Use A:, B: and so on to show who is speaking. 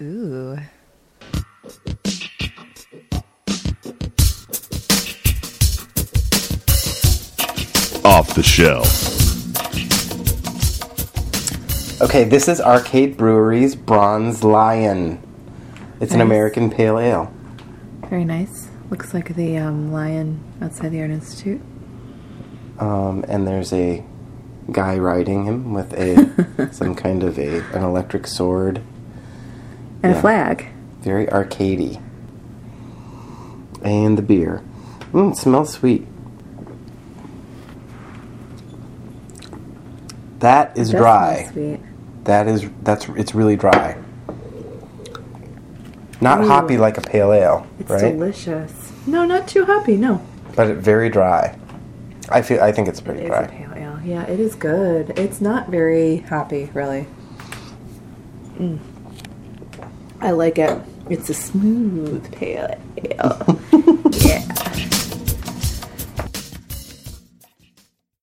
A: Ooh.
B: Off the shelf.
C: Okay, this is Arcade Brewery's Bronze Lion. It's an
A: Nice.
C: American Pale Ale.
A: Very nice. Looks like the um, lion outside the Art Institute.
C: Um, and there's a guy riding him with a some kind of a an electric sword.
A: And
C: Yeah.
A: a flag.
C: Very arcadey. And the beer. Mm, it smells sweet. That is
A: It does
C: dry.
A: smell Sweet.
C: That is that's it's really dry. Not hoppy like a pale ale,
A: It's
C: right?
A: delicious. No, not too hoppy. No.
C: but it, very dry. I feel I think it's pretty
A: It's
C: dry.
A: a pale ale. Yeah, it is good. It's not very hoppy, really. Mm. I like it. It's a smooth pale ale.